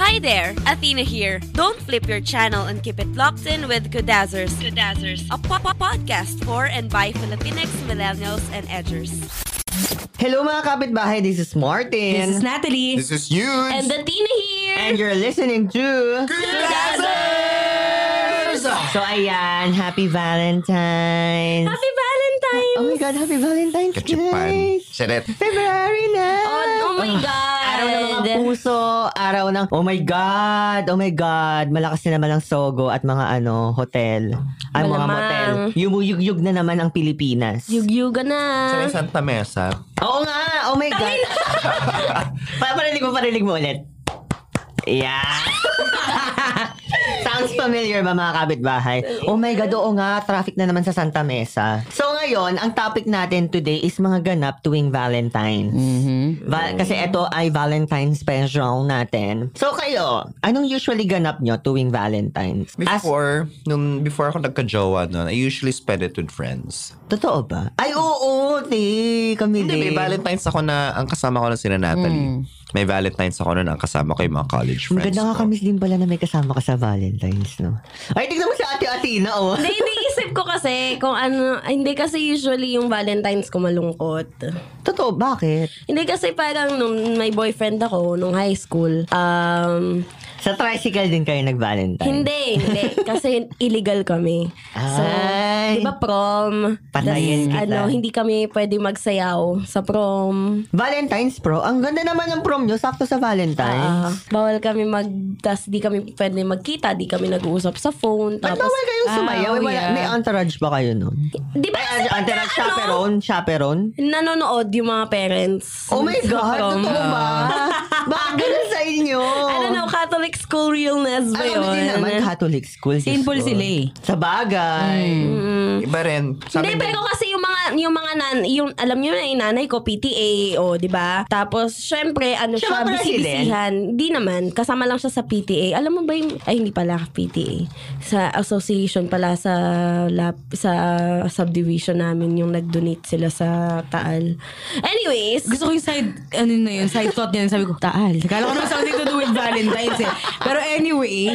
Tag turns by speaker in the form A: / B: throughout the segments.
A: Hi there, Athena here. Don't flip your channel and keep it locked in with Kudazzers. Kudazzers, a po- po- podcast for and by Filipinx, millennials, and edgers.
B: Hello mga kapitbahay, this is Martin.
C: This is Natalie.
D: This is huge.
A: And Athena here.
B: And you're listening to...
D: Kudazzers!
B: So ayan, happy Valentine's.
A: Happy Valentine's.
B: Oh my God, happy Valentine's,
D: Kachipan.
B: guys.
D: Sharet.
B: February na.
A: Oh, oh my God.
B: Araw ng mga puso, araw ng, oh my God, oh my God, malakas na naman ang Sogo at mga ano, hotel. Ay, mga
A: Malamang.
B: motel. Yumuyugyug na naman ang Pilipinas.
A: Yugyuga na.
D: Sa may Santa Mesa.
B: Oo nga, oh my God. pa parinig mo, parinig mo ulit. Yeah. Sounds familiar ba mga kapitbahay? Oh my God, oo nga, traffic na naman sa Santa Mesa. So ngayon, ang topic natin today is mga ganap tuwing Valentine's.
D: Mm-hmm.
B: Va- kasi ito ay Valentine's special natin. So kayo, anong usually ganap nyo tuwing Valentine's? As-
D: Before, nung before ako nagka-jowa nun, I usually spend it with friends.
B: totoo ba? Ay, oo, ti, Camille.
D: Hindi, may Valentine's ako na, ang kasama ko na sina Natalie. May Valentine's ako nun, ang kasama ko yung mga college
B: Hmm. Ang
D: friends
B: ganda nga
D: ko.
B: kami din pala na may kasama ka sa Valentine's, no? Ay, tignan mo si Ate Athena, oh.
C: Hindi, iniisip ko kasi kung ano, ay, hindi kasi usually yung Valentine's ko malungkot.
B: Totoo, bakit?
C: Hindi kasi parang nung may boyfriend ako, nung high school, um,
B: Sa tricycle din kayo nag-Valentine?
C: hindi, hindi. kasi illegal kami. So, di
B: Ay.
C: ba prom?
B: Patayin
C: Tas,
B: kita.
C: Ano, hindi kami pwede magsayaw sa prom.
B: Valentine's, pro. Ang ganda naman ng prom nyo. Sakto sa
C: Ah,
B: Valentine's.
C: bawal kami mag, tas di kami pwede magkita, di kami nag-uusap sa phone.
B: Ba't
C: Tapos,
B: bawal kayong sumayaw?
C: Ah, oh,
B: Wala-
C: yeah.
B: May entourage ba kayo nun?
C: Di ba?
B: Ay, entourage,
C: ano?
B: chaperone, chaperone?
C: Nanonood yung mga parents.
B: Oh my
C: sa
B: God,
C: prom.
B: totoo ba? Bakit ganun sa inyo?
C: I don't know, Ano, Catholic school realness ba
B: Ay,
C: yun?
B: kami din naman Catholic school. Diyos
E: Simple
B: ko.
E: sila eh.
B: Sa
C: Hmm.
B: bagay.
D: Iba rin. Sa
C: Hindi,
D: amin din-
C: pero kasi yung mga, yung mga nan, yung, alam niyo na yung nanay ko, PTA, o, di ba? Tapos, syempre, ano
B: Siya
C: siya,
B: ba president?
C: bisibisihan. Di naman, kasama lang siya sa PTA. Alam mo ba yung, ay, hindi pala, PTA. Sa association pala, sa, lap, sa subdivision namin, yung nag-donate sila sa Taal. Anyways,
E: Gusto ko yung side, ano na yun, side thought niya. Sabi ko, taal. Kala ko naman something to do with Valentine's eh. Pero anyway,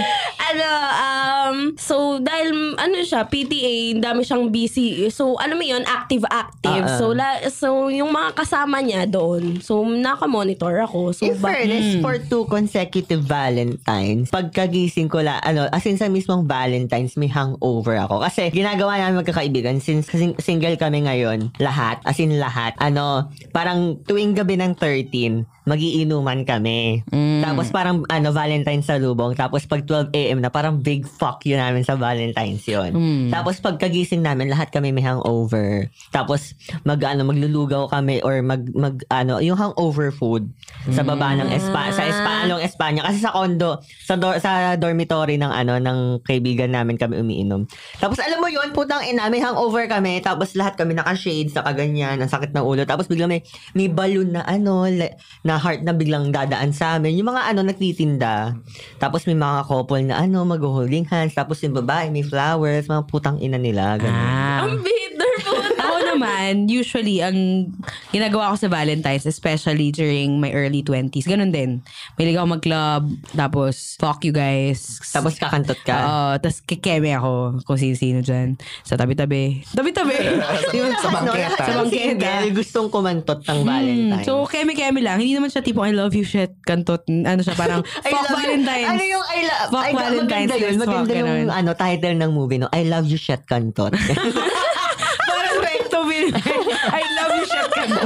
C: ano, um, so, dahil, ano siya, PTA, dami siyang busy. So, ano mo yun, active-active.
B: Ah, ah.
C: So, la, so, yung mga kasama niya doon, so, nakamonitor ako. So,
B: In fairness, for two consecutive Valentines, pagkagising ko la, ano, as in sa mismong Valentines, may hangover ako. Kasi ginagawa namin magkakaibigan, since sing- single kami ngayon, lahat, as in lahat, ano, parang tuwing gabi ng 13, magiinuman kami. Tapos parang, ano, Valentine's sa lubong. Tapos pag 12 a.m. na, parang big fuck yun namin sa Valentine's yun. Tapos pagkagising namin, lahat kami may hangover. Tapos, mag, ano, maglulugaw kami or mag, mag, ano, yung hangover food sa baba ng Espa, sa Espa, anong Espanya. Kasi sa condo, sa, dor- sa dormitory ng, ano, ng kaibigan namin kami umiinom. Tapos, alam mo yun, putang ina, may hangover kami. Tapos, lahat kami naka-shades, naka-ganyan, ang sakit ng ulo. Tapos, biglang may, may balloon na, ano, le- na heart na biglang dadaan sa amin. Yung mga, ano, nagtitinda. Tapos, may mga couple na, ano, mag-holding hands. Tapos, yung babae, may flowers, mga putang ina nila.
E: Ah.
B: Ganun.
C: ang bitter po.
E: ako naman, usually, ang ginagawa ko sa Valentine's, especially during my early 20s, ganun din. Mahilig ako mag-club, tapos fuck you guys.
B: Tapos, kakantot ka.
E: Oo, tas kikeme ako kung sino-sino dyan. Sa tabi-tabi. Tabi-tabi!
B: Yung sa
D: bangketa.
B: Sa bangketa. Gustong kumantot ng
E: Hmm,
B: Valentine.
E: Mm, so, keme-keme lang. Hindi naman siya tipo, I love you, shit, kantot. Ano siya, parang,
B: I
E: fuck
B: love you.
E: Valentine's.
B: Ano yung I love?
E: Fuck
B: Ay, ga-
E: Valentine's.
B: Maganda yun.
E: let's
B: Maganda
E: fuck,
B: yung
E: ganun.
B: ano, title ng movie, no? I love you, Shet Kantot.
E: Parang back to me. I love you, Chef Kanto.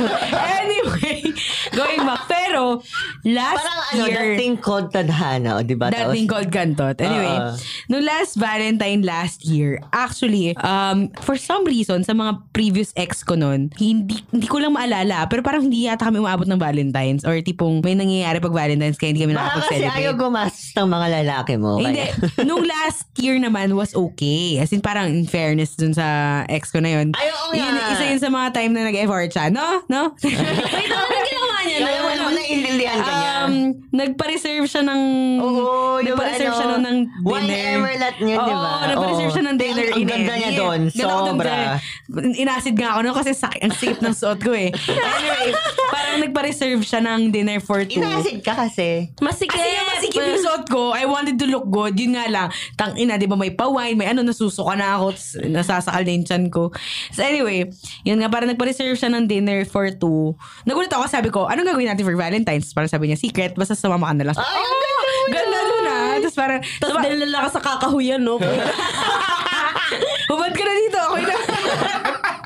E: Anyway, going back. Pero, Pero, last
B: Parang ano,
E: year...
B: dating called tadhana, o, di ba?
E: That thing called Gantot. Anyway,
B: Oo.
E: no last Valentine last year, actually, um, for some reason, sa mga previous ex ko nun, hindi, hindi ko lang maalala, pero parang hindi yata kami umabot ng Valentines or tipong may nangyayari pag Valentines kaya hindi kami
B: Baka kasi ayaw
E: nakapag-celebrate.
B: gumastos ng mga lalaki mo.
E: Eh, Hindi.
B: kaya-
E: Nung last year naman was okay. As in parang in fairness dun sa ex ko na yun.
B: Ay, oo nga.
E: Yun, isa yun sa mga time na nag-effort siya. No? No? Wait, ano ginawa niya?
B: Kaya wala mo na ililihan ka niya.
E: Um, nagpa-reserve siya ng...
B: Oo, yung
E: nagpa-reserve
B: ano,
E: siya nun ng dinner.
B: Wine Emerald niya, di ba?
E: Oo, nagpa-reserve
B: Oo.
E: siya ng dinner.
B: Ang- ang
E: in
B: ganda niya
E: Emmy.
B: doon,
E: Ganda ko doon
B: sobra.
E: doon. Inasid nga ako nun kasi sak- ang sikip ng suot ko eh. Anyway, parang nagpa-reserve siya ng dinner for two.
B: Inasid ka kasi.
C: Masikip.
E: Kasi yung masikip yung suot ko, I wanted to look good. Yun nga lang, tang ina, di ba may pawine, may ano, nasusuka na ako, tas nasasakal na yung tiyan ko. So anyway, yun nga, parang nagpa-reserve siya ng dinner for two. Nagulat ako, sabi ko, anong gagawin natin for Valentine's? Parang sabi niya, secret, basta sumama ka na lang. Ay, ganda nun ah. Tapos parang,
C: Tapos
E: suma-
C: dalala ka sa kakahuyan, no?
E: Hubad ka na dito, okay na.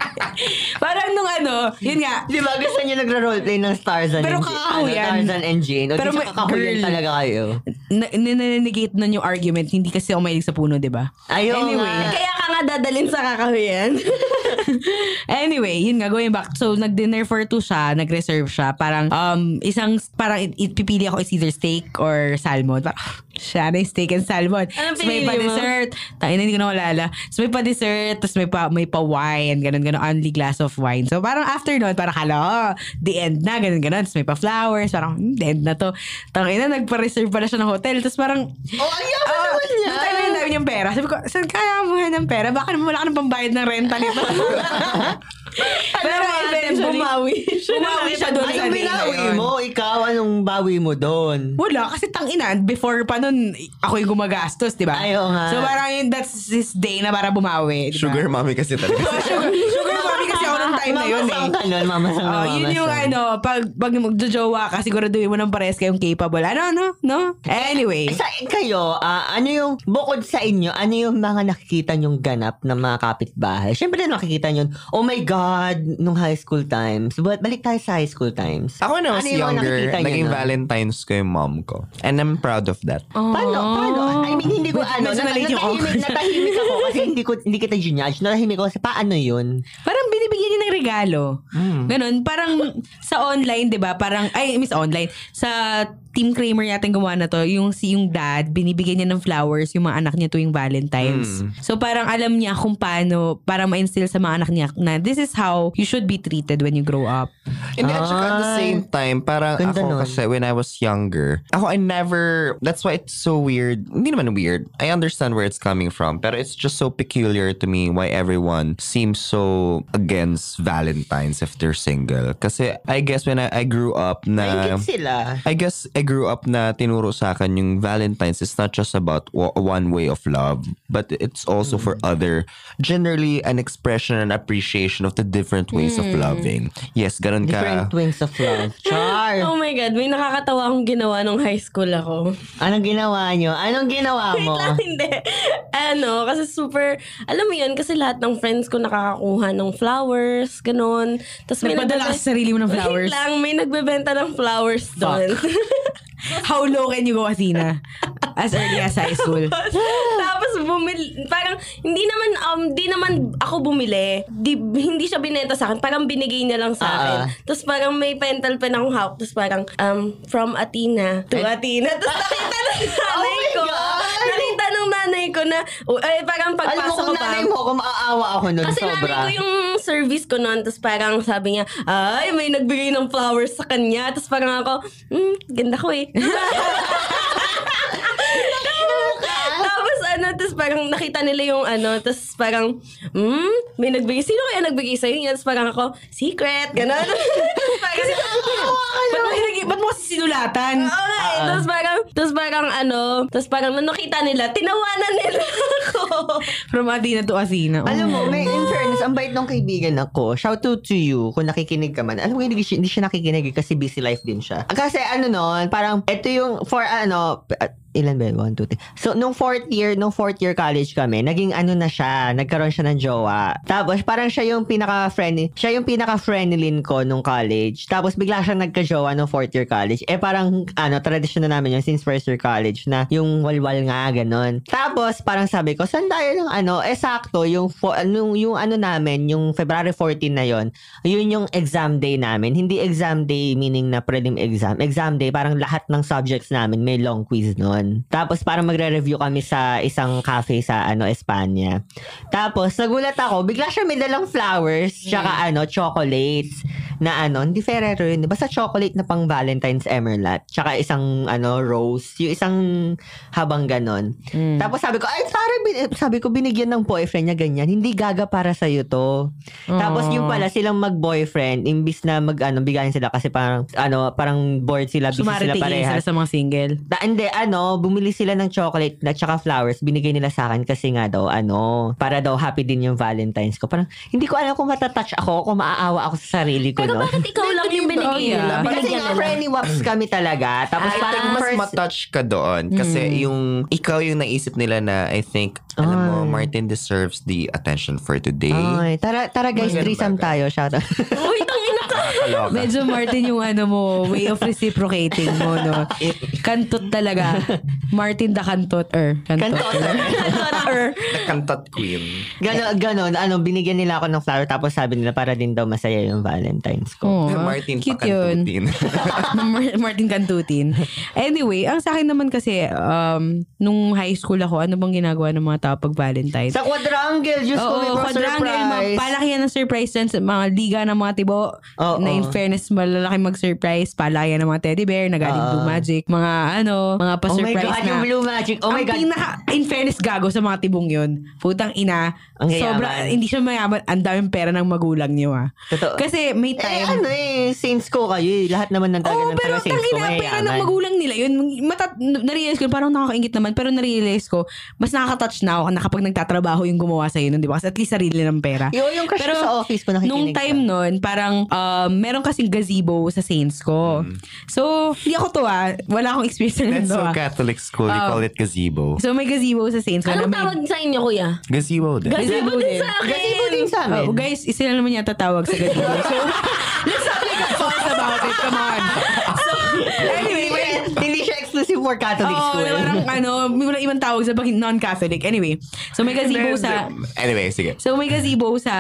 E: parang nung ano, yun nga,
B: Di ba gusto niyo nagra-roleplay ng Tarzan
E: Pero
B: and Jane?
E: kakahuyan.
B: Ano, Tarzan and Jane. O, Pero
E: Pero may-
B: kakahuyan
E: girl.
B: talaga kayo.
E: na- ninanegate na yung argument, hindi kasi ako mahilig sa puno, di ba?
B: Ayaw
E: Anyway.
B: nga.
C: Kaya ka nga dadalin sa kakahuyan.
E: Anyway, yun nga, going back. So, nag-dinner for two siya, nag-reserve siya. Parang, um, isang, parang it, it- pipili ako is either steak or salmon. Parang, siya na yung steak and salmon.
C: Anong
E: so,
C: pinili
E: may
C: mo?
E: pa-dessert. Tangin na, hindi ko na malala. So, may pa-dessert, tapos may, pa, may pa-wine, ganun, ganun, only glass of wine. So, parang after nun, parang kala, oh, the end na, ganun, ganun. Tapos may pa-flowers, parang, hmm, the end na to. Tangin na, nagpa-reserve pala siya ng hotel. Tapos parang,
B: Oh, ayaw
E: Oo,
B: naman niya.
E: Nung time na namin yung pera, sabi ko, saan kaya mo ng pera? Baka naman wala ka ng pambayad ng renta nito. Pero eventually,
C: bumawi siya.
E: bumawi siya doon. sa
B: Anong
E: day na
B: binawi
E: yun.
B: mo? Ikaw, anong bawi mo doon?
E: Wala, kasi tangina, before pa nun, ako'y gumagastos, di ba?
B: Ay, oo nga.
E: So parang yun, that's his day na para bumawi. di ba?
D: Sugar mommy kasi talaga.
E: sugar, sugar mommy kasi ako nung time na yun eh.
B: Mamasang ka nun, mamasang na
E: Oh, yun yung
B: mamasang.
E: ano, pag, pag magjojowa ka, siguraduhin mo ng pares kayong capable. Ano, ano, no? Anyway.
B: Sa kayo, ah, ano yung, bukod sa inyo, ano yung mga nakikita nyong ganap ng mga kapitbahay? Siyempre na nakikita nyo, oh my God, nung high school times. But balik tayo sa high school times.
D: Ako when I was
B: Ano yung mga
D: younger,
B: nakikita nyo
D: naging
B: nun? Oh.
D: Valentine's ko yung mom ko. And I'm proud of that.
B: Paano? Paano?
E: Oh.
B: I mean, hindi ko ano.
E: medyo
B: nat-
E: nalate yung
B: natahimik,
E: awkward.
B: natahimik ako kasi hindi ko hindi kita ginudge. Natahimik ako kasi paano yun?
E: Parang binibigyan niya ng regalo.
B: Hmm.
E: Ganon. Parang sa online, di ba? Parang, ay, miss online. Sa Team Kramer natin gumawa na to, yung si yung dad, binibigyan niya ng flowers yung mga anak niya tuwing Valentine's.
B: Hmm.
E: So parang alam niya kung paano, para ma-instill sa mga anak niya na this is how you should be treated when you grow up.
D: Hindi, at saka at the
B: Ay.
D: same time, parang
B: Ah. Ganda
D: ako
B: nun.
D: kasi when I was younger, ako I never, that's why it's so weird. Hindi naman weird. I understand where it's coming from. Pero it's just so peculiar to me why everyone seems so against Valentine's if they're single. Kasi I guess when I, I grew up na...
B: Naingit sila.
D: I guess I grew up na tinuro sa akin yung Valentine's is not just about wa- one way of love, but it's also for
E: Mm.
D: other, generally an expression and appreciation of the different ways
E: Mm.
D: of loving. Yes, ganun ka.
B: Different wings of love. Char!
C: Oh my God, may nakakatawa akong ginawa nung high school ako.
B: Anong ginawa nyo? Anong ginawa
C: Wait
B: mo?
C: lang, hindi. Ano, kasi super, alam mo yun, kasi lahat ng friends ko nakakakuha ng flowers, ganun. Tapos may
E: Nagpadala ka
C: nagbe-
E: sa sarili mo ng flowers?
C: Wait lang, may nagbebenta ng flowers doon.
E: How low can you go, Athena? As early as high school.
C: Tapos bumili, parang hindi naman, um, di naman ako bumili. Di, hindi siya binenta sa akin, parang binigay niya lang sa
B: Ah,
C: akin.
B: ah.
C: Tapos parang may pentel pen akong hawak, tapos parang, um, from Athena to Athena. Tapos nakita ng nanay
B: Oh my
C: ko.
B: God!
C: Nakita ng nanay ko na, eh, parang
B: Alam mo
C: pagpasok ko
B: kung
C: pa.
B: nanay mo, kung maaawa ako nun
C: Kasi
B: sobra.
C: nanay ko yung service ko noon, tapos parang sabi niya, ay, may nagbigay ng flowers sa kanya. Tapos parang ako, hmm, ganda ko eh. tapos ano, tapos parang nakita nila yung ano, tapos parang, hmm, may nagbigay. Sino kaya nagbigay sa'yo niya? Tapos parang ako, secret, gano'n. Kasi
E: ba't mo, sinag- ba't mo kasi sinulatan?
C: Okay, tapos parang, tapos parang ano, tapos parang nung nakita nila, tinawanan nila ako.
E: From Athena to Athena.
B: Alam mo, may in
C: Ah.
B: fairness, ang bait nung kaibigan ako. Shout out to you kung nakikinig ka man. Alam mo, hindi, siya- hindi siya nakikinig eh, kasi busy life din siya. Kasi ano nun, parang ito yung for ano, p- ilan ba? yun? One, two, three. So, nung fourth year, nung fourth year college kami, naging ano na siya, nagkaroon siya ng jowa. Tapos, parang siya yung pinaka-friendly, siya yung pinaka-friendlyn ko nung college. Tapos, bigla siya nagka-jowa nung fourth year college. Eh, parang, ano, tradition na namin yun since first year college na yung walwal nga, ganun. Tapos, parang sabi ko, saan tayo ng ano? Eh, sakto, yung, fo- anong- yung ano namin, yung February 14 na yon yun yung exam day namin. Hindi exam day meaning na prelim exam. Exam day, parang lahat ng subjects namin may long quiz nun. Tapos parang magre-review kami sa isang cafe sa ano Espanya. Tapos nagulat ako, bigla siya may dalang flowers, tsaka ano, chocolates na ano, hindi Ferrero yun. Basta chocolate na pang Valentine's Emerald. Tsaka isang ano, rose. Yung isang habang ganon. Tapos sabi ko, ay, parang bin- sabi ko, binigyan ng boyfriend niya ganyan. Hindi gaga para sa'yo to. Tapos yung pala, silang mag-boyfriend, imbis na mag, ano, bigayan sila kasi parang, ano, parang bored sila, busy sila
E: Sumaritingin
B: parehas.
E: sila sa mga single.
B: Da, hindi, ano, bumili sila ng chocolate at saka flowers. Binigay nila sa akin kasi nga daw, ano, para daw happy din yung Valentine's ko. Parang, hindi ko alam kung matatouch ako, kung maaawa ako sa sarili ko,
C: Pero
B: no?
C: bakit ikaw lang yung binigay
E: Oh, yeah.
C: nila?
B: Kasi
C: Binigyan
B: nga,
C: nila.
B: friendly waps kami talaga. Tapos
D: I
B: parang
D: think mas
B: first...
D: matouch ka doon
E: Mm.
D: kasi yung ikaw yung naisip nila na I think alam mo Martin deserves the attention for today.
B: Ay, tara, tara guys,
D: Ganun
B: threesome tayo.
D: bagay.
B: Shout out.
C: Uy, tangina ka.
D: Nakakaloka.
E: Medyo Martin yung ano mo, way of reciprocating mo, no? Kantot talaga. Martin the kantot, er. Kantot.
C: Daughter.
D: Nakantat queen.
B: Ganon, ganon. Ano, binigyan nila ako ng flower tapos sabi nila para din daw masaya yung Valentine's ko.
E: Oo, ah.
D: Martin
E: Cute yun. Mar- Martin Kantutin. Anyway, ang sa akin naman kasi, um, nung high school ako, ano bang ginagawa ng mga tao pag Valentine's?
B: Sa quadrangle, Diyos ko, may
E: Oo,
B: mga
E: quadrangle,
B: surprise. Oh
E: ma- palakihan ng surprise dyan sa mga liga ng mga tibo.
B: Oo.
E: na in fairness, malalaki mag-surprise. Palakihan ng mga teddy bear na galing Blue Magic. Mga ano, mga
B: oh my
E: pa-surprise
B: God,
E: na.
B: yung blue magic. Oh my
E: ang
B: God.
E: pinaka, in fairness, gago sa mga tibong yun. Putang ina.
B: Ang yayaman.
E: sobra, hindi siya mayaman. Ang daming pera ng magulang niyo ah.
B: Totoo.
E: Kasi
B: eh,
E: may time.
B: ano eh, saints ko kayo eh. Lahat naman ng talaga
E: Oo,
B: ng
E: pero
B: taga saints ko,
E: tangina, pera ng
B: mayayaman.
E: magulang nila yun. Mata, narealize ko, parang nakakaingit naman, pero narealize ko, mas nakaka-touch na ako na kapag nagtatrabaho yung gumawa sa'yo nun, di ba? Kasi at least sarili ng pera.
B: Yo, yung crush ko sa office ko nakikinig
E: Nung
B: ka.
E: time nun, parang um, meron kasing gazebo sa Saints ko.
B: Mm.
E: So, hindi ako to ah. Wala akong experience na
D: That's
E: ganito
D: so
E: ah.
D: Catholic school. They call it gazebo.
E: So, may gazebo sa Saints ko. na
C: Anong
E: may-
C: tawag sa inyo, kuya?
D: Gazebo din.
C: Gazebo din sa akin.
B: Gazebo din sa eh, amin.
E: Oh, guys, isa lang naman yata tawag sa gazebo. so, let's not make a fuss about it. Come on. So,
B: Hindi
E: anyway,
B: siya- Hindi siya exclusive for Catholic
E: Oo,
B: school.
E: na parang ano, may walang ibang tawag sa pag non-Catholic. Anyway, so may gazebo sa...
D: Anyway, sige.
E: So may gazebo sa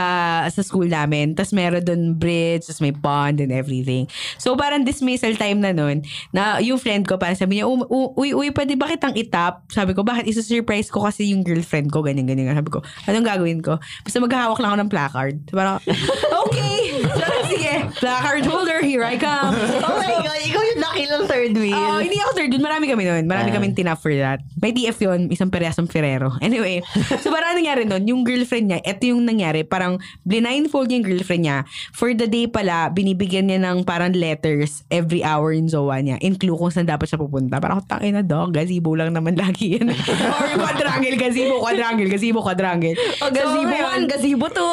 E: sa school namin. Tapos meron doon bridge, tapos may pond and everything. So parang dismissal time na nun, na yung friend ko parang sabi niya, "Um- u- uy, uy, pwede ba kitang itap? Sabi ko, bakit? Isa-surprise ko kasi yung girlfriend ko, ganyan, ganyan. Sabi ko, anong gagawin ko? Basta maghahawak lang ako ng placard. So, Parang, okay. Sabi, sige, placard holder, here I come.
B: Oh my God, ikaw yung nakilang third
E: Oo,
B: wheel.
E: hindi ako third yun. Marami kami nun. Marami kaming tinap for that. May DF yun. Isang pereyasong Ferrero. Anyway, so parang anong nangyari nun, yung girlfriend niya, ito yung nangyari, parang blindfold niya yung girlfriend niya. For the day pala, binibigyan niya ng parang letters every hour yung jowa niya. In clue kung saan dapat siya pupunta. Parang, tangin na dog, gazebo lang naman lagi yan. Or quadrangle, gazebo, quadrangle, gazebo, quadrangle.
C: O, gazebo
E: So,
C: one,
E: ngayon,
C: gazebo two.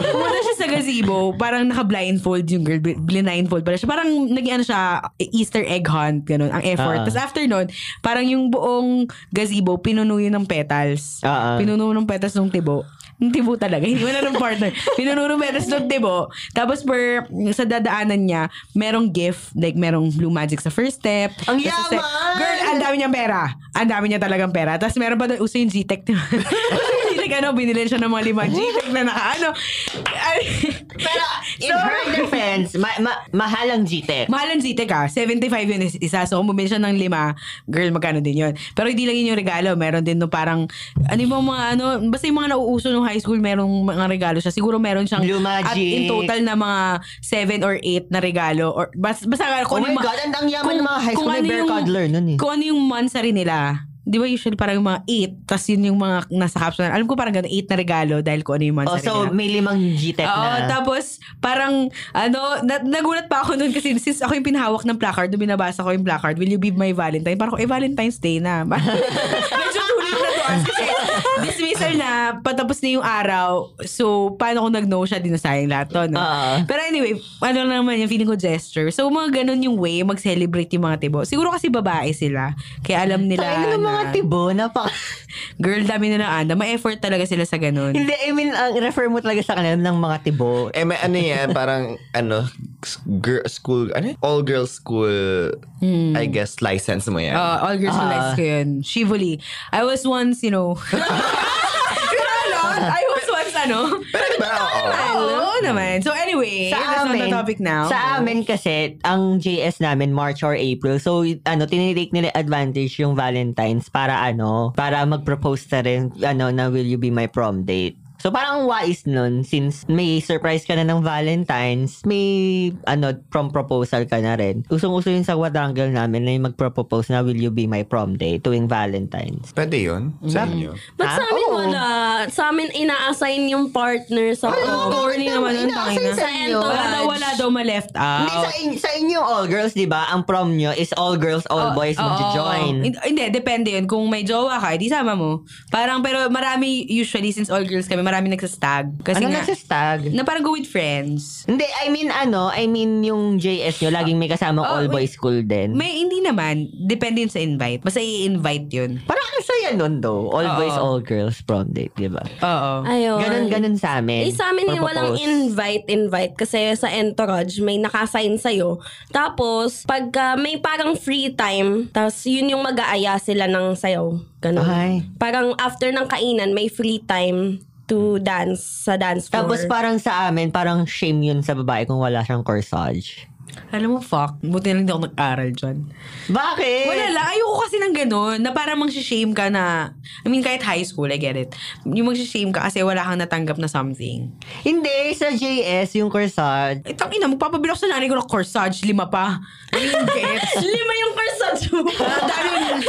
E: Pumunta siya sa gazebo, parang naka-blindfold yung girl, bl- blindfold pala siya. Parang naging ano siya, Easter egg hunt, ganun, ang
B: Ah.
E: effort. Tapos after nun, parang yung buong gazebo, pinuno yun ng petals.
B: Ah, ah.
E: Pinuno ng petals ng tibo. Ng tibo talaga, hindi wala ng partner. pinuno ng petals ng tibo. Tapos per, sa dadaanan niya, merong gift, like merong blue magic sa first step.
B: Ang
E: Tapos sa sec-
B: yaman!
E: Girl, ang dami niyang pera. Ang dami niya talagang pera. Tapos meron pa doon, uso yung GTEC. uso yung GTEC, ano, binili siya ng mga lima GTEC na ano, nakaano.
B: Pero, in her defense, ma- ma- mahal ang E. GTEC.
E: Mahal ang GTEC ah. 75 yun is- isa. So, kung bumili siya ng lima, girl, magkano din yun. Pero hindi lang yun yung regalo. Meron din no parang, ano yung mga ano, basta yung mga nauuso nung high school, merong mga regalo siya. Siguro meron siyang,
B: Blue Magic.
E: at in total na mga 7 or 8 na regalo. Or, basta, basta
B: Oh
E: kung
B: my
E: ano yung
B: God, ang ang yaman ng mga high school. May bear cuddler nun eh.
E: kung ano yung monthsary nila, di ba usually parang yung mga 8, tapos yun yung mga nasa capsule. Alam ko parang ganun, 8 na regalo dahil kung ano yung
B: Oh,
E: monthsary
B: so,
E: nila.
B: may limang GTEC
E: Oo,
B: na.
E: tapos parang ano, na- nagulat pa ako nun kasi since ako yung pinahawak ng placard, nung binabasa ko yung placard, will you be my Valentine? Parang, eh, Valentine's Day na. Medyo tulit na to. as Kasi dismiss after na, patapos na yung araw, so, paano kung nag-no siya, di nasayang lahat to, no?
B: Ah.
E: Pero anyway, ano naman yung feeling ko gesture. So, mga ganun yung way mag-celebrate yung mga tibo. Siguro kasi babae sila. Kaya alam nila
B: Ay, ano mga
E: na-
B: tibo? Napaka...
E: Girl, dami na na, ma-effort talaga sila sa ganun.
B: Hindi, I mean, ang refer mo talaga sa kanila ng mga tibo.
D: Eh, may ano yan, parang, ano, s- girl, school, ano yun? All girls school,
B: Hmm.
D: I guess, license mo yan.
B: Oh.
E: Uh, all
B: Ah.
E: girls will like ko yun. Shivoli. I was once, you know... Ganon! I was once, ano?
D: Pero diba, oo.
E: Oo naman. So anyway, that's not the topic now. Oh.
B: Sa amin kasi, ang JS namin, March or April. So, ano, tinitake nila advantage yung Valentine's para ano, para mag-propose na rin, ano, na will you be my prom date. So parang wise nun since may surprise ka na ng Valentine's, may ano prom proposal ka na rin. Usong-uso yun sa quadrangle namin na yung mag-propose na will you be my prom date tuwing Valentine's.
D: Pwede yun sa inyo.
C: Ba't sa
B: Ah,
C: amin
B: oo.
C: wala? Sa amin, ina-assign yung partner sa
E: Oh,
C: prom.
E: corny naman nun, tangina.
C: sa entourage.
E: Wala daw, wala daw ma-left
B: Hindi,
E: out.
B: sa, in- sa inyo all girls, di ba? Ang prom nyo is all girls, all boys
E: Oh, Oo.
B: magjo-join.
E: Hin- Hindi, depende yun. Kung may jowa ka, edi sama mo. Parang, pero marami, usually, since all girls kami, marami nagsastag. Kasi
B: Ano na
E: nga,
B: sa stag?
E: na parang go with friends.
B: Hindi, I mean ano, I mean yung JS nyo, laging may kasama
E: Oh,
B: all
E: wait.
B: boys school din.
E: May, hindi naman. Depende yun sa invite. Basta i-invite yun.
B: Parang ang saya nun though. All
E: Oo. Oh,
B: boys, all girls prom date, di ba?
E: Oo.
C: Ayun.
B: Ganun, ganun sa amin.
C: Eh, sa amin yung walang
B: Propose.
C: invite-invite kasi sa entourage may nakasign sa'yo. Tapos, pagka may parang free time, tapos yun yung mag-aaya sila ng sayaw. Ganun.
B: Ay.
C: Parang after ng kainan, may free time to dance sa dance floor.
B: Tapos parang sa amin, parang shame yun sa babae kung wala siyang corsage.
E: Alam mo, fuck. Buti na lang hindi ako nag-aral dyan.
B: Bakit?
E: Wala lang. Ayoko kasi ng ganun. Na parang magsishame ka na, I mean, kahit high school, I get it. Yung magsishame ka kasi wala kang natanggap na something.
B: Hindi, sa JS, yung corsage.
E: Eh, tangina, magpapabilok sa nanay ko ng corsage. Lima pa. Ayun, gets.
C: Lima yung corsage mo.
E: Ang dami yung-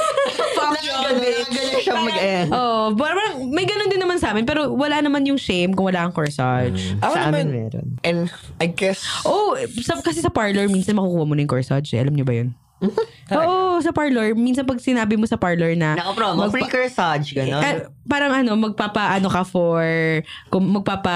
E: Fuck you, bitch.
B: Ganun siya mag-end.
E: Oh, parang may ganun din naman sa amin pero wala naman yung shame kung wala kang corsage.
D: Ako
B: Sa amin
D: naman,
B: meron.
D: and I guess,
E: Oh, sa, kasi sa parlor minsan makukuha mo na yung corsage. eh. Alam niyo ba 'yun? Oo, sa parlor minsan pag sinabi mo sa parlor na
B: Naka-promo,
E: magpa-
B: free corsage, ganun.
E: Eh, parang ano, magpapa ano ka for kung magpapa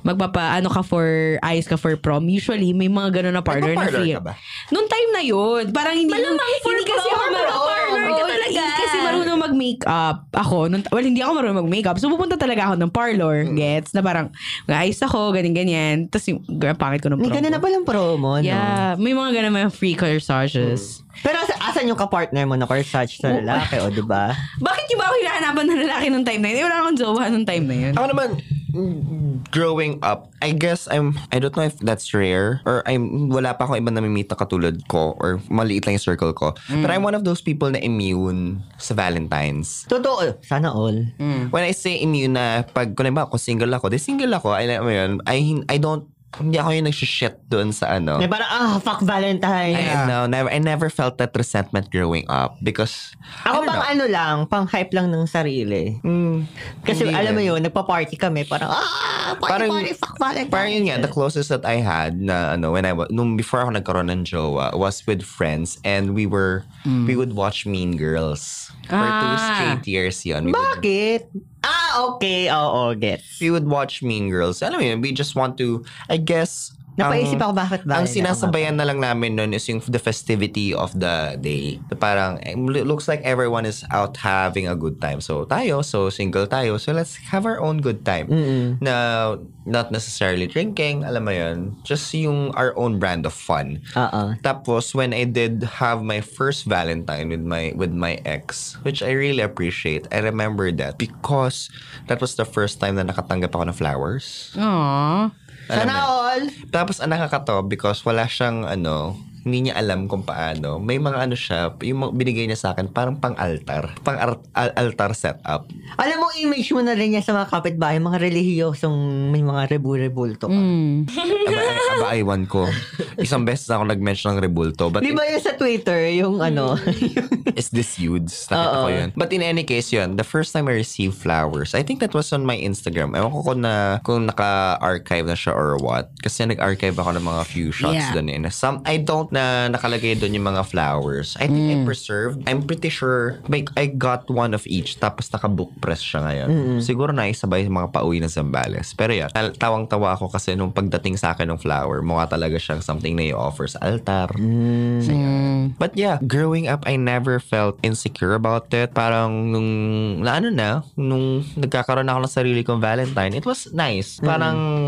E: magpapa ano ka for ayos ka for prom. Usually may mga ganun na parlor na
D: Nagpa-parlor
E: free.
D: ka ba?
E: Noong time na yun, parang hindi
C: Malamang for
E: hindi
C: prom,
E: kasi ako marunong
C: parlor ka
E: Oo,
C: talaga.
E: Hindi kasi marunong mag-makeup ako. Nung, well, hindi ako marunong mag-makeup. So pupunta talaga ako ng parlor, gets? Na parang ayos ako, ganyan ganyan. Tapos yung girl, pangit ko ng
B: May
E: prom.
B: ganun na ano? palang promo, no?
E: Yeah, may mga ganun mga free corsages.
B: Pero asa- asan yung kapartner mo na corsage
D: Oh.
B: sa lalaki, o, di ba?
E: Bakit yung ba ako hinahanapan ng lalaki nung time na yun? Eh, wala akong jowa nung time na yun.
D: ako naman, mm, growing up, I guess I'm, I don't know if that's rare or I'm, wala pa akong ibang namimita katulad ko or maliit lang yung circle ko.
B: Hmm.
D: But I'm one of those people na immune sa Valentine's.
B: Totoo. Sana all.
D: Mm. When I say immune na, pag kunay ba ako, single ako, di single ako, alam mo yun, I, hin- I don't, hindi ako yung nagsishit doon sa ano.
B: May parang, ah, fuck Valentine.
D: I know, never, I never felt that resentment growing up because,
B: Ako
D: I don't
B: pang
D: know.
B: ano lang, pang hype lang ng sarili. Kasi
D: Mm. Hindi
B: alam mo
D: rin.
B: yun, nagpa-party kami, parang, ah, party,
D: Parang-
B: party, fuck Valentine.
D: Parang yun nga, the closest that I had na ano, when I was, nung before ako nagkaroon ng jowa, was with friends and we were,
B: Mm.
D: we would watch Mean Girls. For two
E: Ah.
D: straight years yun. We would
B: Bakit? Ah, okay, oo, gets.
D: we would watch Mean Girls. Alam mo yun, we just want to, I guess, um, ang-
B: Napaisip ako bakit ba?
D: Ang sinasabayan na lang namin nun is yung the festivity of the day. Parang, eh, looks like everyone is out having a good time. So, tayo, so single tayo, so let's have our own good time. Na, not necessarily drinking, alam mo yun, just yung our own brand of fun.
B: Oo.
D: Tapos when I did have my first Valentine with my with my ex, which I really appreciate. I remember that because that was the first time na nakatanggap ako ng flowers.
E: Aww.
B: Sana all.
D: Tapos ang nakakatawa because wala siyang ano, hindi niya alam kung paano. May mga ano siya, yung mga binigay niya sa akin parang pang-altar, pang-altar setup.
B: Alam mo, image mo na rin niya sa mga kapitbahay, mga relihiyosong may mga rebu-rebulto.
D: Mm. Aba, aba aywan ko. Isang beses ako nag-mention ng rebulto. But
B: Di ba yun sa Twitter, yung ano?
D: is this youths. Nakita ko yun. But in any case yun, the first time I received flowers, I think that was on my Instagram. Ewan ko kung, na, kung naka-archive na siya or what. Kasi nag-archive ako ng mga few shots
E: Yeah.
D: dun in. Some, I don't na nakalagay doon yung mga flowers. I think I preserved. I'm pretty sure may, I got one of each tapos naka-book press siya ngayon. Siguro naisabay yung mga pauwi ng Zambales. Pero yan, tal- tawang-tawa ako kasi nung pagdating sa akin ng flower, mukha talaga siyang something na i-offer sa altar. So, yan. But yeah, growing up, I never felt insecure about it. Parang nung, na ano na, nung nagkakaroon ako ng sarili kong Valentine, it was nice. Parang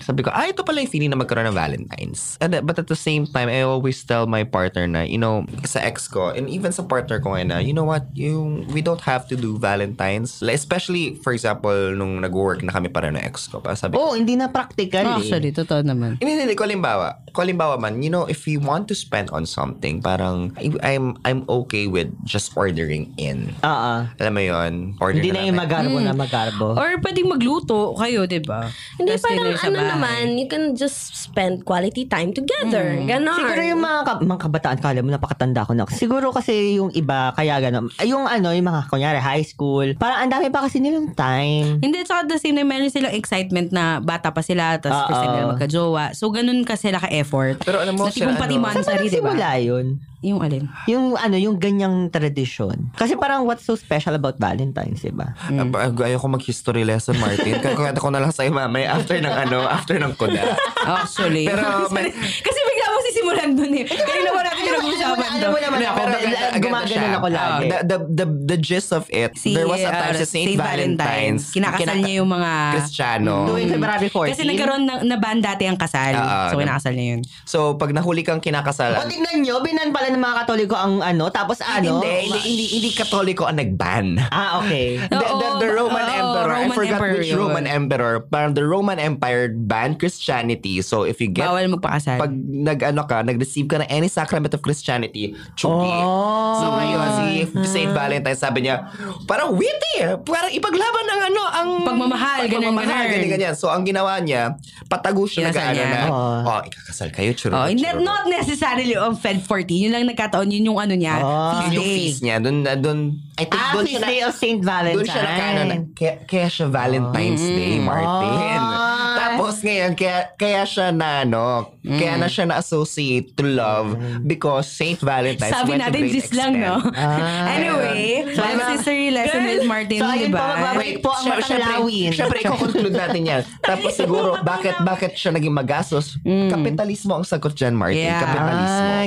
D: sabi ko, ah, ito pala yung feeling na magkaroon ng Valentines. And, but at the same time, I always tell my partner na, you know, sa ex ko, and even sa partner ko ngayon na, you know what, yung, we don't have to do Valentines. Like, especially, for example, nung nag-work na kami para ng ex ko. Parang sabi ko,
B: Oo, oh, hindi na practical eh.
E: Actually, totoo naman.
D: hindi, hindi, hindi. Kung halimbawa, kung halimbawa man, you know, if you want to spend on something, parang, I- I'm, I'm okay with just ordering in.
B: Oo.
D: Alam mo yon Order
B: Hindi
D: na
B: na yung
D: lang.
B: magarbo na magarbo.
E: Or pwedeng magluto kayo, di ba?
C: Hindi,
E: Tapos
C: parang
E: dinner sa
C: ano
E: bahay.
C: naman, you can just spend quality time together.
E: Mm.
C: Ganon.
B: Siguro yung mga, ka- mga kabataan, kala mo napakatanda ko na. Siguro kasi yung iba, kaya gano'n. Ay, Yung ano, yung mga, kunyari, high school. Parang ang dami pa kasi nilang time.
E: Hindi, tsaka at the same time, meron silang excitement na bata pa sila, tapos
B: Oo.
E: first time nila magka-jowa. So, ganun ka sila ka-effort.
D: Ah, Pero alam mo,
E: na tipong
D: sa
E: pati
D: ano-
B: Saan ba
E: mansari, di ba?
B: nagsimula yun?
E: Yung alin?
B: Yung ano, yung ganyang tradisyon. Kasi parang what's so special about Valentine's, di ba?
D: Ah, ba- Ayoko mag-history lesson, Martin. Kakwenta ko na lang sa'yo mamaya after ng ano, after ng kuda.
E: Actually.
D: Pero may-
E: kasi bigla mo sisimulan dun eh. Kanina pa natin pinag-usapan
B: alam
E: to.
B: mo naman ako,
D: Pero
B: pero
D: ganda- ganda
B: gumaganon
D: siya. Ah,
B: ako lagi.
D: The, the, the, the gist of it,
E: Si,
D: there was a
E: uh,
D: time sa St.
E: Saint
D: Valentine's.
E: Kinakasal
D: kinaka-
E: niya yung mga... Mm,
D: Kristiyano.
B: Tuwing February 14.
E: Kasi nagkaroon ng, na ban dati ang kasal.
D: Oo,
E: so,
D: na-
E: kinakasal niya yun.
D: So, pag nahuli kang
B: O
D: kinakasalan,
B: tingnan nyo, binan pala ng mga katoliko ang ano, tapos ano?
D: hindi, hindi, hindi, hindi katoliko ang nag-ban.
B: Ah, okay.
D: The,
E: Oo,
D: the, the Roman
E: oo,
D: Emperor, I
E: Roman
D: forgot
E: Emperor
D: which
E: yun.
D: Roman Emperor, parang the Roman Empire banned Christianity. So if you get,
E: Bawal magpakasal.
D: pag nag-ano ka, nag-receive ka ng any sacrament of Christianity, chuki.
B: Oh.
D: So ngayon, si St. Valentine sabi niya, parang witty, eh. parang ipaglaban ng ano, ang
E: Pagmamahal, ganun,
D: pagmamahal,
E: ganun.
D: ganyan, ganyan. So ang ginawa niya, patago siya
E: Kinasal
D: nag-ano
E: niya.
D: na,
B: Oo.
D: oh, ikakasal kayo, churro.
E: Oh,
D: churro."
E: not, not necessarily on Fed 14. Yun lang nagkataon. Yun yung ano niya.
B: Ah.
D: Yun
E: feast
D: yung
E: day.
D: feast niya. Doon, doon, I think
B: Ah,
D: doon
B: Feast
D: siya na-
B: Day of St. Valentine.
D: Doon siya na canon. Kaya, kaya siya Valentine's
E: Oh.
D: Day, Martin.
B: Ah.
D: Tapos ngayon, kaya, kaya siya na, ano, kaya
E: Mm.
D: na siya na-associate to love because St. Valentine's
E: Sabi
D: went to
E: natin,
D: great
E: gist lang, no?
D: extent.
B: Ah.
E: anyway, life history lesson with Martin,
B: So,
E: di
B: ayun pa,
E: ba?
B: magbabalik po ang
D: Syempre-
B: matalawin.
D: Syempre, i-conclude natin yan. Tapos siguro, bakit bakit siya naging magastos? Kapitalismo ang sagot dyan, Martin.
E: Mm. Yeah.
D: Kapitalismo.
B: Ay,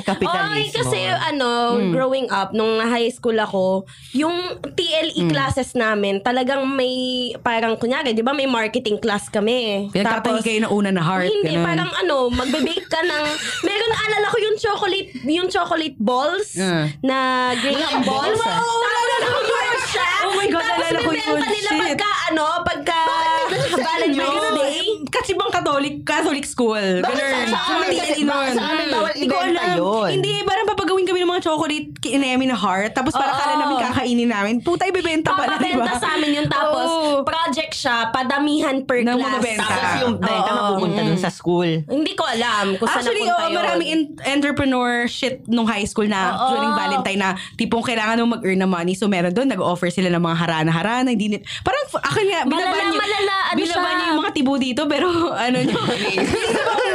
C: Ay,
B: kapitalismo.
C: kasi ano,
E: Mm.
C: growing up, nung high school ako, yung TLE
E: Mm.
C: classes namin, talagang may, parang kunyari, di ba may marketing class kami.
E: Pinagtatayin kayo na una na heart.
C: Hindi,
E: ganun.
C: parang ano, magbe-bake ka ng... Meron, naalala ko yung chocolate, yung chocolate balls
E: Ah.
C: na graham balls.
B: balls, ah.
C: Tapos nag-work siya.
E: Oh my God,
C: ah. Tapos
E: naalala ko
C: bibenta
E: yun.
C: nila
E: Shit.
C: pagka, ano, pagka Valentine's
E: Ganun,
C: Day.
E: Kasi bang Catholic, Catholic school? Ganun.
B: sa- sa-
E: Mga
B: sa-
E: TLE nun.
B: sa amin bawal
E: Hindi ko
B: ibenta
E: alam.
B: yun.
E: Hindi, parang papagawin kami ng mga chocolate kinemi na heart. Tapos para
C: Oo.
E: kala namin kakainin namin. Puta, ibebenta pala, di ba?
C: Papabenta sa amin yun. Tapos,
E: Oo.
C: project siya, padamihan per
E: Nang
C: class.
E: mabenta.
B: Tapos
C: Tapos
B: yung
C: Oo.
B: benta mapupunta dun sa school.
C: Hindi ko alam kung saan
E: Actually,
C: napunta
E: oo,
C: yun.
E: maraming in- entrepreneur shit nung high school na
C: Oo.
E: during Valentine na tipong kailangan nung mag-earn ng money. So meron doon, nag-offer sila ng mga harana-harana. Hindi, ni- parang f- ako nga, binaban
C: Malala,
E: niyo,
C: malala, ano
E: binaban
C: siya?
E: niyo yung mga tibo dito, pero ano nyo,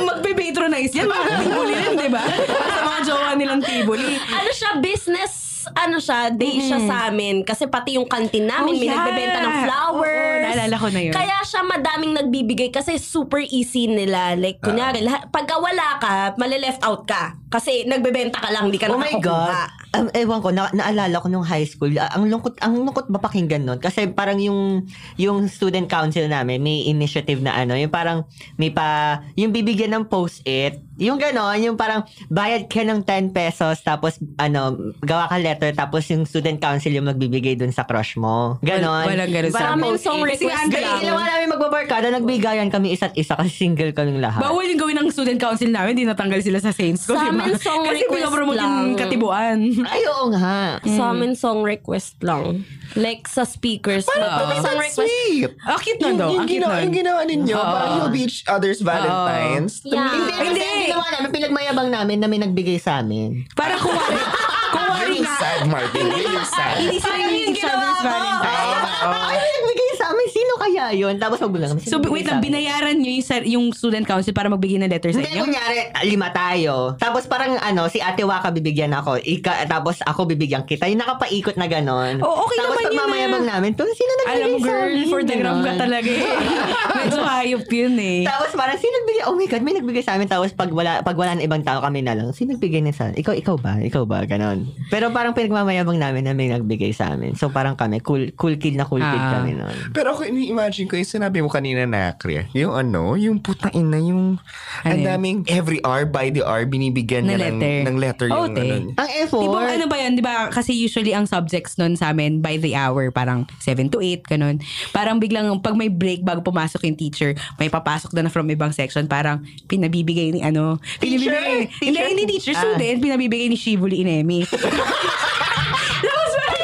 E: magpe-patronize yan, mga tibuli yan, di ba? Sa mga jowa nilang tibuli.
C: ano siya, business, ano siya, day siya sa amin. Kasi pati yung kantin namin,
E: Oh,
C: may
E: yeah.
C: nagbebenta ng flowers.
E: Oo, naalala ko na yun.
C: Kaya siya madaming nagbibigay kasi super easy nila. Like, kunyari, lahat- pagka wala ka, malileft out ka. Kasi nagbebenta ka lang, di ka
B: Oh my
C: nakakuha.
B: God. Um, ewan ko, na- naalala ko nung high school, ah, ang lungkot, ang lungkot ba pakinggan nun? Kasi parang yung, yung student council namin, may initiative na ano, yung parang, may pa, yung bibigyan ng post-it, yung gano'n, yung parang, bayad ka ng 10 pesos, tapos, ano, gawa ka letter, tapos yung student council yung magbibigay dun sa crush mo. Ganon.
E: Wal- walang ganun sa
B: Parang
E: amin.
B: post-it.
C: song
E: Kasi
C: request
E: ang
B: Ganyan,
C: lang.
B: ginawa namin magbabarkada, nagbigayan kami isa't isa kasi single kaming lahat.
E: Bawal yung gawin ng student council namin, di natanggal sila sa Saints ko,
C: Sa
E: di ba?
C: amin, song
E: Kasi
C: request
E: pinapromote yung
C: lang.
E: katibuan.
B: Ay, oo nga.
E: Mm.
C: Sa amin, song request lang. Like, sa speakers.
E: oh.
C: Parang
D: That's
C: song request.
D: Ano, sweet.
E: Ah, cute nun, daw.
D: Yung, yung,
E: Ang cute
D: ginawa,
E: nun.
D: yung ginawa ninyo,
E: Oo.
D: parang you'll be each other's Valentines.
C: Yeah.
B: Hindi, hindi. Kasi ang ginawa namin, pinagmayabang namin na may nagbigay sa amin.
E: Para kuwari, kuwari
D: Yun yung
E: nga.
D: sad, Martin. Yun yung sad.
E: Ah. Hindi sila yung each other's Valentine.
B: Ay, nagbigay sa sa amin, sino kaya yun? Tapos magulang kami.
E: So,
B: sino
E: wait lang,
B: sabi?
E: binayaran nyo yung, sa- yung student council para magbigay ng letter sa
B: Hindi,
E: inyo?
B: kunyari, lima tayo. Tapos parang ano, si Ate Waka bibigyan ako. Ika, tapos ako bibigyan kita. Yung nakapaikot na ganon.
E: Oo, okay
B: tapos
E: naman yun
B: pagmamayabang
E: na.
B: namin, to sino nagbigay
E: Alam mo,
B: sa
E: girl,
B: amin?"
E: for the gram ka
B: Ganon.
E: talaga eh. Medyo hayop yun eh.
B: Tapos parang, sino nagbigay? Oh my God, may nagbigay sa amin. Tapos pag wala, pag wala ng ibang tao kami na lang, sino nagbigay na sa Ikaw, ikaw ba? Ikaw ba? Ganon. Pero parang pinagmamayabang namin na may nagbigay sa amin. So parang kami, cool, cool kid na cool kid
E: Ah.
B: kami nun.
D: Pero ako ini-imagine ko yung sinabi mo kanina na, Kriya. Yung ano, yung putang ina, yung
B: Ano
D: ang
E: yun?
D: daming every hour by the hour binibigyan niya
E: Na
D: ng,
E: letter.
D: ng letter
E: Oo,
B: Oh,
D: yung
E: te.
D: ano. niya.
B: Ang effort.
E: Di ba, ano ba yun? Di ba, kasi usually ang subjects nun sa amin, by the hour, parang 7 to 8, ganun. Parang biglang, pag may break bago pumasok yung teacher, may papasok na na from ibang section, parang pinabibigay ni ano, pinabibigay,
B: Teacher?
E: hindi,
B: Teacher?
E: hindi teacher,
B: Ah.
E: student, pinabibigay ni Shibuli Inemi. Tapos parang,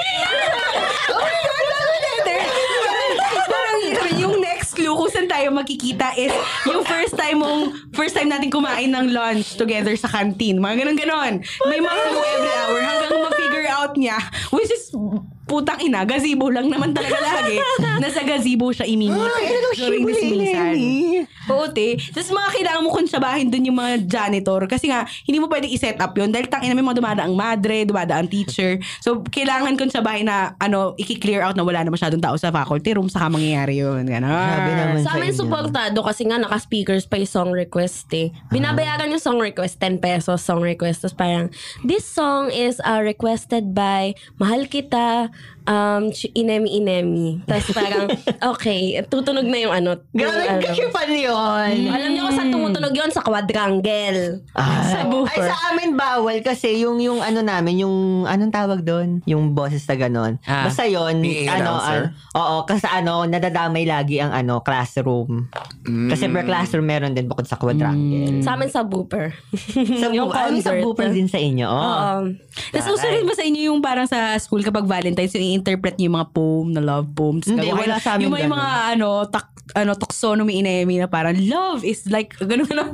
E: oh my God, love letter. Parang yung next clue kung saan tayo makikita is yung first time mong, first time natin kumain ng lunch together sa canteen. Mga ganon-ganon. May mga clue every hour hanggang ma-figure out niya, which is putang ina, gazebo lang naman talaga lagi. Nasa gazebo siya imimit.
B: Ay, ano daw, Shibuli Inemi?
E: Oo, te. Tapos mga kailangan mo konsabahin dun yung mga janitor. Kasi nga, hindi mo pwede i-set up yun. Dahil tangina may mga dumadaang madre, dumadaang teacher. So, kailangan konsabahin na, ano, i-clear out na wala na masyadong tao sa faculty room. Saka mangyayari yun. Ganon.
B: Grabe naman
C: Sa amin,
B: inyo.
C: supportado kasi nga naka-speakers pa yung song request eh.
B: Ah.
C: Binabayaran yung song request, 10 pesos song request. Tapos parang, this song is uh, requested by Mahal Kita, um, Ch- Inemi Inemi. Tapos parang, okay, tutunog na yung ano. yung
B: Ganon
C: ano.
B: kasi pa yun.
C: Alam niyo kung saan tumutunog yun? Sa quadrangle.
B: Ay,
E: buffer.
B: Ay, sa amin bawal kasi yung yung ano namin, yung anong tawag doon? Yung boses na ganon.
E: Ah.
B: Basta yun,
D: PA
B: ano,
D: announcer?
B: an- oo, kasi ano, nadadamay lagi ang ano, classroom.
D: Mm.
B: Kasi per classroom meron din bukod sa quadrangle.
C: Sa amin sa Booper.
B: Sa,
C: Yung
B: bu- ano, sa
C: convert.
B: booper din sa inyo. Oo.
C: Oo.
E: Tapos uso rin ba sa inyo yung parang sa school kapag Valentine's, yung i-interpret niyo yung mga poem na love poems?
B: Hindi,
E: Gagawa-
B: wala sa amin
E: Yung may
B: ganun.
E: mga ano, tak, ano, taxonomy inemi na parang love is like, ganun ganun.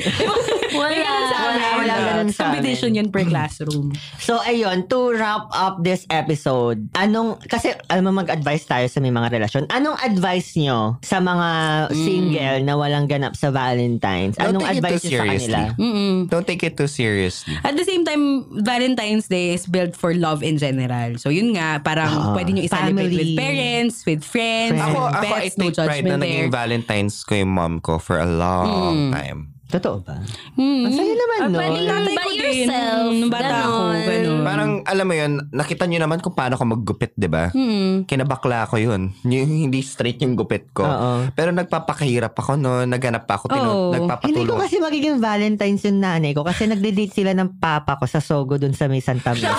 E: wala. Ganun sa
B: Wala,
E: amin.
B: wala ganun sa
E: Competition yun per classroom.
B: So ayun, to wrap up this episode, anong, kasi alam mo mag-advise tayo sa may mga relasyon, anong advice nyo sa mga single na walang ganap sa Valentine's?
D: Mm. Don't
B: Anong
D: take it
B: advice
D: too
B: nyo sa kanila?
D: seriously. Don't take it too seriously.
E: At the same time, Valentine's Day is built for love in general. So yun nga, parang
B: Ah,
E: pwede nyo i-celebrate
B: family.
E: with parents, with friends,
B: Friends.
D: Ako,
E: with
D: ako, I
E: pets,
D: take pride
E: no
D: na
E: judgment
D: naging
E: there.
D: Valentine's ko yung mom ko for a
B: Mm.
D: long time.
B: Totoo ba?
E: Mm-hmm.
B: Ang saya naman nun.
E: Pwede tatay
C: By
E: ko din.
C: yourself,
E: Nung bata ako,
C: ganon.
E: ganun.
D: Parang,
B: Mm.
D: alam mo yun, nakita nyo naman kung paano ako maggupit, di ba?
B: Mm.
D: Kinabakla ko yun. Yung hindi straight yung gupit ko.
B: Oo.
D: Pero nagpapakahirap ako noon. Naghanap pa ako. Tinu-
B: Hindi
E: Oo.
B: ko
D: Nagpapatulong.
B: kasi magiging Valentine's yung nanay ko kasi nagde-date sila ng papa ko sa Sogo dun sa may Santa Mesa.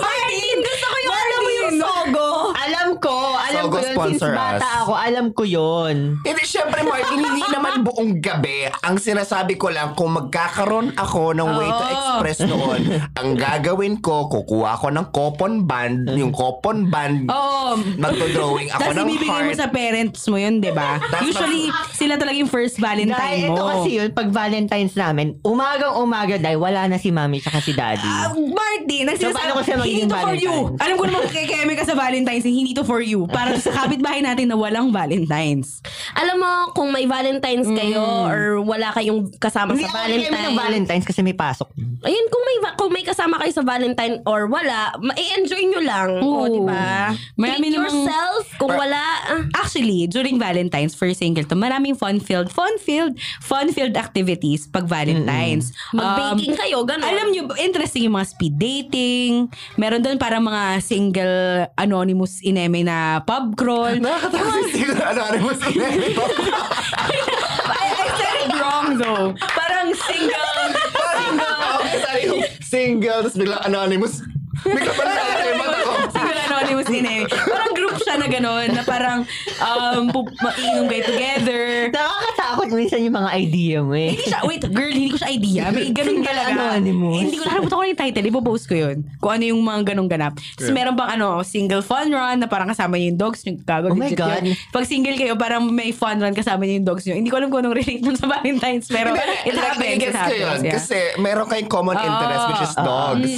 E: Martin! Gusto ko yung
B: Alam mo yung Sogo? Alam ko. Alam
D: Sogo,
B: ko yun. Since
D: sponsor
B: bata
D: us.
B: ako, alam ko yun.
D: Hindi, syempre Martin, hindi naman buong gabi. Ang sinasabi ko lang, kung magkakaroon ako ng way to
E: Oo.
D: express noon, ang gagawin ko, kukuha ko ng coupon band, yung coupon band,
E: Oo.
D: magdodrawing ako
E: Tapos
D: ng
E: ibibigay mo
D: heart.
E: sa parents mo yun, di ba?
D: Tapos
E: Usually, sila talaga yung first Valentine
B: Dahil
E: mo.
B: ito kasi yun, pag Valentine's namin, umagang-umaga dahil wala na si mami tsaka si
E: Ah,
B: daddy.
E: Martin, ang
B: So,
E: sinasabi,
B: paano ko siya
E: hindi
B: magiging
E: to for you.
B: Valentine's?
E: Alam ko naman kikeme ka sa Valentine's, eh, hindi to for you. Para sa kapitbahay natin na walang Valentine's.
C: Alam mo, kung may Valentine's kayo or wala kayong kasama
B: Hmm. Hindi
C: sa
B: ako kami ng
C: Valentine,
B: Valentine's kasi may pasok.
C: Ayun, kung may, kung may kasama kayo sa Valentine or wala, ma-enjoy nyo lang. Oo,
E: Oo.
C: di ba? Treat
E: Marami namang-
C: yourself. Kung wala, ah,
E: Actually, during Valentine's for single to, maraming fun-filled, fun-filled, fun-filled activities pag Valentine's.
C: mag-baking
E: Um,
C: kayo, ganun.
E: Alam nyo, interesting yung mga speed dating. Meron doon para mga single anonymous ineme na pub crawl.
D: Nakakatawa siguro, ano, ano mo sinabi ko?
E: I, I said it wrong though. Parang single, single,
D: Okay, sorry. Single, tapos biglang anonymous. Biglang pala natin, mata ko.
E: Siguro anonymous din eh. Parang group siya na gano'n, na parang um, pu- maiinom kayo together.
B: Nakakatakot minsan yung mga idea mo eh.
E: Hindi siya, wait, girl, hindi ko siya idea. May ganun
B: Single
E: talaga.
B: anonymous.
E: Hindi ko, nakalimutan ko na yung title. Ipopost ko yun. Kung ano yung mga ganong ganap. Tapos meron pang ano, single fun run na parang kasama niyo yung dogs niyo. Gago,
B: Oh my
E: legit
B: God.
E: yun. Pag single kayo, parang may fun run kasama niyo yung dogs niyo. Hindi ko alam kung anong relate nun sa Valentine's. Pero
D: Like,
E: it happens.
D: nagigets
E: It
D: ko yun.
E: happens. yeah.
D: Kasi meron kayong common interest, which is dogs.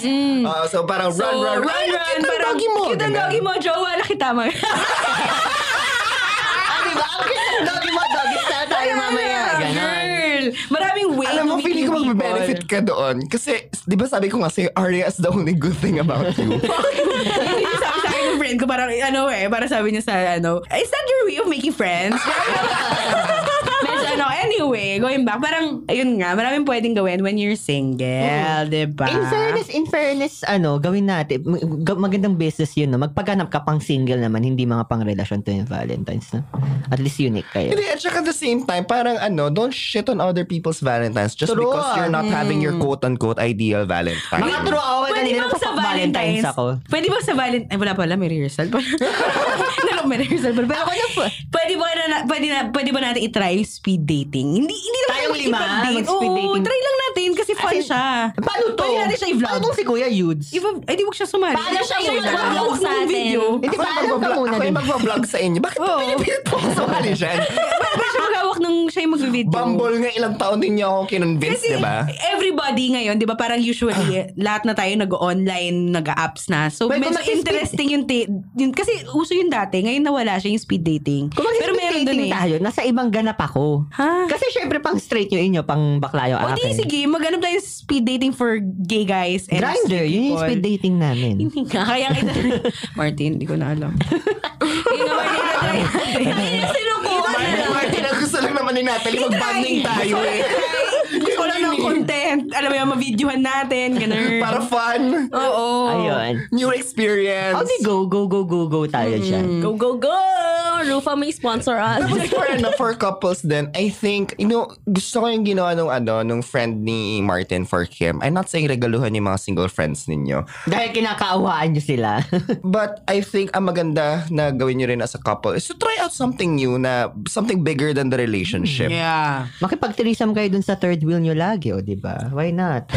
D: Uh, so parang run,
E: So,
D: run, run. Ay, ang cute ng
E: parang
D: doggy mo.
E: Cute ang
D: Ganun.
E: doggy mo, jowa, nakita mo.
B: mamaya, ganun.
E: Girl! Maraming way
D: Alam mo,
E: to meet
D: feeling ko
E: new people.
D: mag-benefit ka doon. Kasi, di ba sabi ko nga sa'yo, Aria is the only good thing about you.
E: Hindi niya sabi sa akin ng friend ko, parang ano eh, parang sabi niya sa ano, is that your way of making friends? Medyo ano, anyway, going back, parang, ayun nga, maraming pwedeng gawin when you're single, di ba?
B: Mm. In fairness, in fairness, ano, gawin natin. Mag- ga- Magandang business yun, no? Magpaganap ka pang single naman, hindi mga pang relasyon to yung Valentine's, no? At least unique kayo.
D: Hindi, at saka at the same time, parang ano, don't shit on other people's valentines just
B: True.
D: because you're not having your quote-unquote ideal valentine.
B: Mga true away na
E: Pwede
B: nila
E: ba sa
B: papak-
E: Valentine's?
B: ako.
E: Pwede ba sa Valentine? Ay, wala pala, may rehearsal pa. Nalang may rehearsal pa. Pero ako na po. Pwede ba, na, pwede, na, pwede ba natin itry yung speed dating? Hindi, hindi naman
B: Tayong
E: tayo
B: lima,
E: makikipag-date.
B: mag-speed
E: Oo,
B: dating.
E: try lang natin kasi fun
B: in,
E: siya.
B: Paano to?
E: Pwede natin siya i-vlog.
B: Paano tong si Kuya Yudes?
E: Iba, ay, di wag siya sumali.
B: Paano siya
E: Ay,
B: i-vlog?
E: wag- wag
C: Sa
E: mong
C: atin.
E: video.
B: Hindi,
D: ako
B: paalam ka
D: magbablog-
B: muna
D: Ako
B: dun.
D: yung magbablog sa inyo. Bakit
E: Oo.
D: oh. pinipilit mo ako sumali siya?
E: Bakit siya magawak nung siya yung mag-video?
D: Bumble nga ilang taon din niya ako kinonvince,
E: Kasi
D: di
B: diba?
D: ba?
E: everybody ngayon, di ba parang usually lahat na tayo nag-online, nag-apps na. So
B: Well, kung
E: medyo
B: mag-speed-
E: interesting yung, ti- yun. Kasi uso yun dati. Ngayon nawala siya yung speed dating.
B: Kung mag
E: Pero meron dun eh.
B: tayo, nasa ibang ganap ako.
E: Ha?
B: Kasi syempre pang straight yung inyo, pang bakla yung
E: O di
B: akin.
E: sige, maghanap tayo ng speed dating for gay guys and
B: Grinder,
E: straight
B: yun yung
E: people.
B: speed dating namin.
E: Hindi nga. Kaya kita. Martin, hindi ko na alam. Yun ang Martin na try.
D: Diba? Martin, ang gusto lang naman ni Natalie, mag-banding tayo eh.
E: Gusto ko lang ng content. Alam mo yung mabidyohan natin. Ganun.
D: Para fun.
E: Oo.
B: Ayun.
D: New experience.
B: O di go, go, go, go, go tayo
E: Hmm.
B: dyan.
C: Go, go, go! Rufa may sponsor us.
D: Tapos for, ano, for couples then I think, you know, gusto ko yung ginawa nung, ano, nung friend ni Martin for Kim. I'm not saying regaluhan yung mga single friends ninyo.
B: Dahil kinakaawaan nyo sila.
D: But I think ang maganda na gawin nyo rin as a couple is to try out something new na something bigger than the relationship.
E: Yeah.
B: Makipag-threesome kayo dun sa third wheel nyo lagi, o di ba? Why not?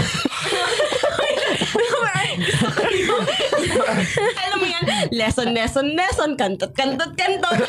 C: Alam mo yan, lesson, lesson, lesson, kantot, kantot, kantot.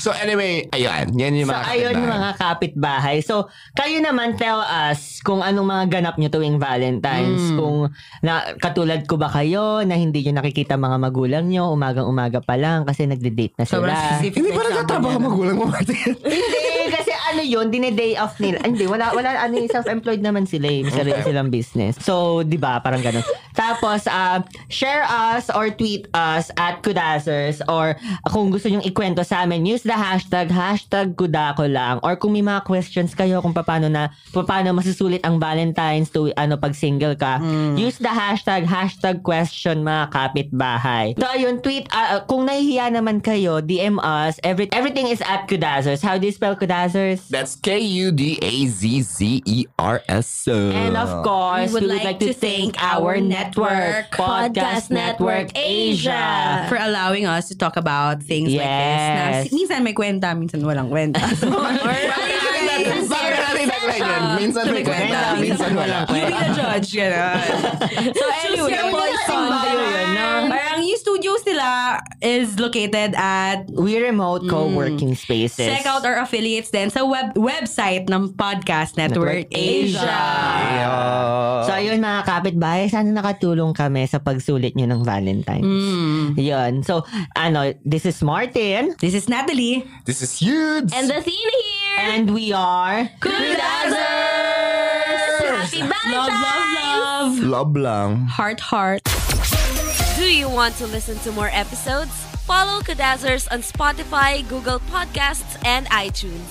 D: So anyway, ayun. Yan yung
B: so,
D: mga
B: ayun
D: kapitbahay.
B: mga kapitbahay. So, kayo naman tell us kung anong mga ganap nyo tuwing
D: Hmm.
B: Valentine's. Kung na, katulad ko ba kayo na hindi nyo nakikita mga magulang nyo, umagang-umaga pa lang kasi nagde-date na sila.
D: Hindi ba nagtatrabaho ang magulang mo, Martin?
B: Hindi, kasi ano yun, dine-day off nila. Ay, Hindi, wala, wala, ano yun, self-employed naman sila eh. May sarili silang business. So, di ba, parang ganun. Tapos, ah, share us or tweet us at Kudasers or kung gusto nyong ikwento sa amin, use the hashtag, hashtag Kudako lang. um, Or kung may mga questions kayo kung paano na, paano masusulit ang Valentine's to, ano, pag single ka, use the hashtag, hashtag question mga kapitbahay. So, ayun, tweet, ah, ah, kung nahihiya naman kayo, DM us. Every, everything is at Kudazers. How do you spell Kudazers?
D: That's E K-U-D-A-Z-Z-E-R-S.
B: And of course, we would, like, to thank our network, Podcast Network Asia.
E: Uh, for allowing us to talk about things like this. Na,
B: Yes.
E: si- minsan may kwenta, minsan walang kwenta.
D: Bakit natin tagline yun? Minsan may kwenta, minsan wala.
E: You be the judge, gano'n. so anyway, um,
B: your poison.
E: Parang yung studios nila is located at
B: We remote co-working spaces.
E: Check out our affiliates then sa web website ng Podcast Network,
B: Network Asia.
E: Asia.
B: So ayun mga kapitbahay, sana nakatulong kami sa pagsulit nyo ng Valentine's. Yun. So, ano, this is Martin.
E: This is Natalie.
D: This is huge.
C: And the scene here,
B: And we are...
C: Kudazers! Happy
E: Love, love,
C: Valentine's!
E: love.
D: Love lang.
E: Heart, heart.
A: Do you want to listen to more episodes? Follow Kadazzers on Spotify, Google Podcasts, and iTunes.